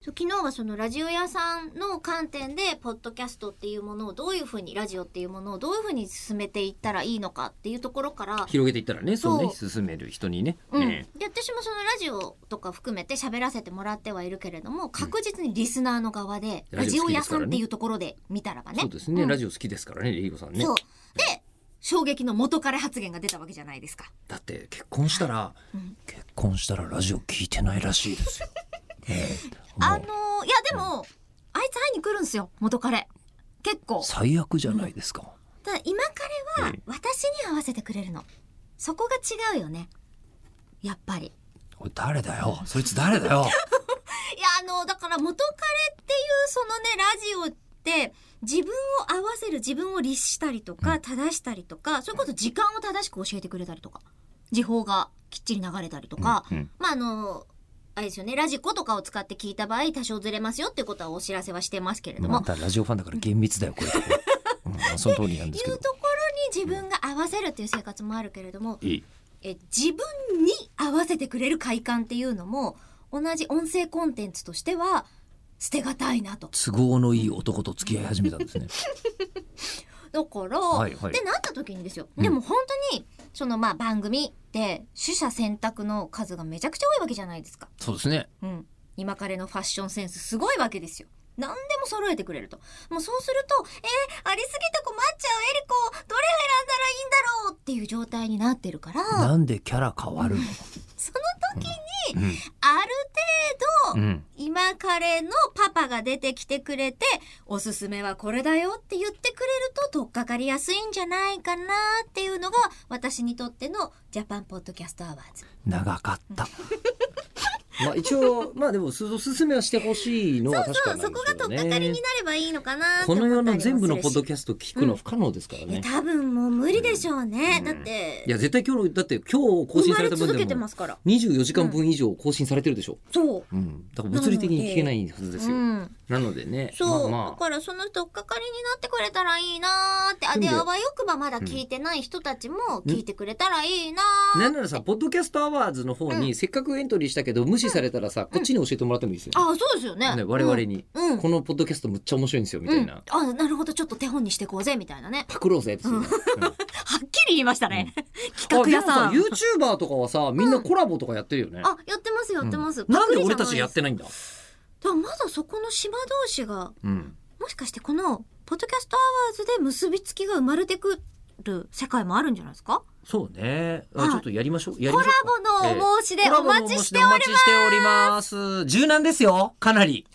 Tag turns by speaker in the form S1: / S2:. S1: そう昨日はそのラジオ屋さんの観点でポッドキャストっていうものをどういうふうにラジオっていうものをどういうふうに進めていったらいいのかっていうところから
S2: 広げていったらねそうね
S1: そ
S2: 進める人にね、
S1: うん、
S2: え
S1: で私もそのラジオとか含めて喋らせてもらってはいるけれども確実にリスナーの側で、
S2: うん
S1: ラジオ屋さんっていうところで見たらば
S2: え
S1: ね。
S2: そうですね、
S1: ん
S2: ラジオ好きですからねレイゴさんね
S1: そうで衝撃の元彼発言が出たわけじゃないですか。
S2: だって結婚したら、
S1: うん
S2: 結婚したらラジオ聞いてないらしいで すよ、ええ
S1: あの
S2: も
S1: ー
S2: う
S1: いやでも、あいつ会いに来るんですよ元彼結構。
S2: 最悪じゃないですか、
S1: ただ今彼は
S2: ええ
S1: 私に合わせてくれるの。そこが違うよね。やっぱり。
S2: おい誰だよそいつ誰だよ
S1: いやあのだから元彼っていうそのねラジオって自分を合わせる自分を律したりとか正したりとかそれこそ時間を正しく教えてくれたりとか時報がきっちり流れたりとか、
S2: うんうん
S1: まああのあれですよねラジコとかを使って聞いた場合多少ずれますよっていうことはお知らせはしてますけれども、
S2: またラジオファンだから厳密だよ これ、うん、その通りなんですけ
S1: い
S2: ど
S1: うところに自分が合わせるっていう生活もあるけれども
S2: いい
S1: え自分に合わせてくれる快感っていうのも同じ音声コンテンツとしては捨てがたいなと。
S2: 都合のいい男と付き合い始めたんですね
S1: だから、
S2: はいはい
S1: でなった時にですよ、
S2: うん
S1: でも本当にそのまあ番組って取捨選択の数がめちゃくちゃ多いわけじゃないですか、
S2: そうですね
S1: うん、今彼のファッションセンスすごいわけですよ何でも揃えてくれるともうそうするとえーありすぎて困っちゃうエリコどれを選んだらいいんだろうっていう状態になってるからその
S2: なんでキャラ変わるの、
S1: 時に
S2: うん
S1: ある程度、
S2: うん
S1: 今彼のパパが出てきてくれて、おすすめはこれだよって言ってくれると、取っかかりやすいんじゃないかなっていうのが、私にとってのジャパンポッドキャストアワーズ。
S2: 長かった。 まあ一応まあでもすおすすめはしてほしいのは確か
S1: そう、
S2: なんで
S1: そ
S2: す
S1: こ
S2: け
S1: が
S2: ど
S1: 取っかかりに
S2: ね
S1: な。ればいいのかなって
S2: こ
S1: 思
S2: の世
S1: ったり
S2: の
S1: もするし。
S2: 全部のポッドキャスト聞くの不可能ですから
S1: いや
S2: ね。
S1: 多分もう無理でしょうね。
S2: うん
S1: だって、
S2: いや絶対今日だって今日更
S1: 生
S2: 新
S1: ま
S2: さ
S1: れ
S2: れた
S1: 続
S2: 分
S1: け
S2: で
S1: て
S2: も
S1: ますから。
S2: 24時間分以上更新されてるでしょ。
S1: そう。
S2: うん。だから物理的に聞けないはずです
S1: う
S2: よ。
S1: ん、
S2: なのでね。
S1: そう、
S2: まあま
S1: だ
S2: あ
S1: からその取っかかりになってくれたらいいなーって、あ、
S2: そういう意
S1: で、
S2: 味で
S1: あわよくばまだ聞いてない人たちも聞いてくれたらいいなー
S2: なんならさポッドキャストアワーズの方にせっかくエントリーしたけど無視されたらさこっちに教えてもらってもいいですよ。
S1: あ、そうですよね。
S2: ね我々に
S1: うん。うん。
S2: このポッドキャストむっちゃ面白いんですよみたいな。
S1: うんあ、なるほど、ちょっと手本にしていこうぜ、みたいなね。
S2: パクろうぜって。
S1: うん
S2: うん
S1: はっきり言いましたね。企画屋さん。あ
S2: あでもさ YouTuber とかはさみんなコラボとかやってるよね、
S1: やってます、やってます。
S2: うんなん
S1: パク
S2: で
S1: リじ
S2: 俺
S1: ゃな
S2: た
S1: い
S2: ちやってないんだ、
S1: だからまだそこの島同士が、
S2: うん、
S1: もしかしてこの、ポッドキャストアワーズで結びつきが生まれてくる世界もあるんじゃないですか
S2: そうねあ
S1: はい
S2: ちょっとやりましょうや
S1: コ
S2: りま
S1: ラ
S2: しょう
S1: ボのお申し出、お待ちしております。
S2: すお待ちしております柔軟ですよかなり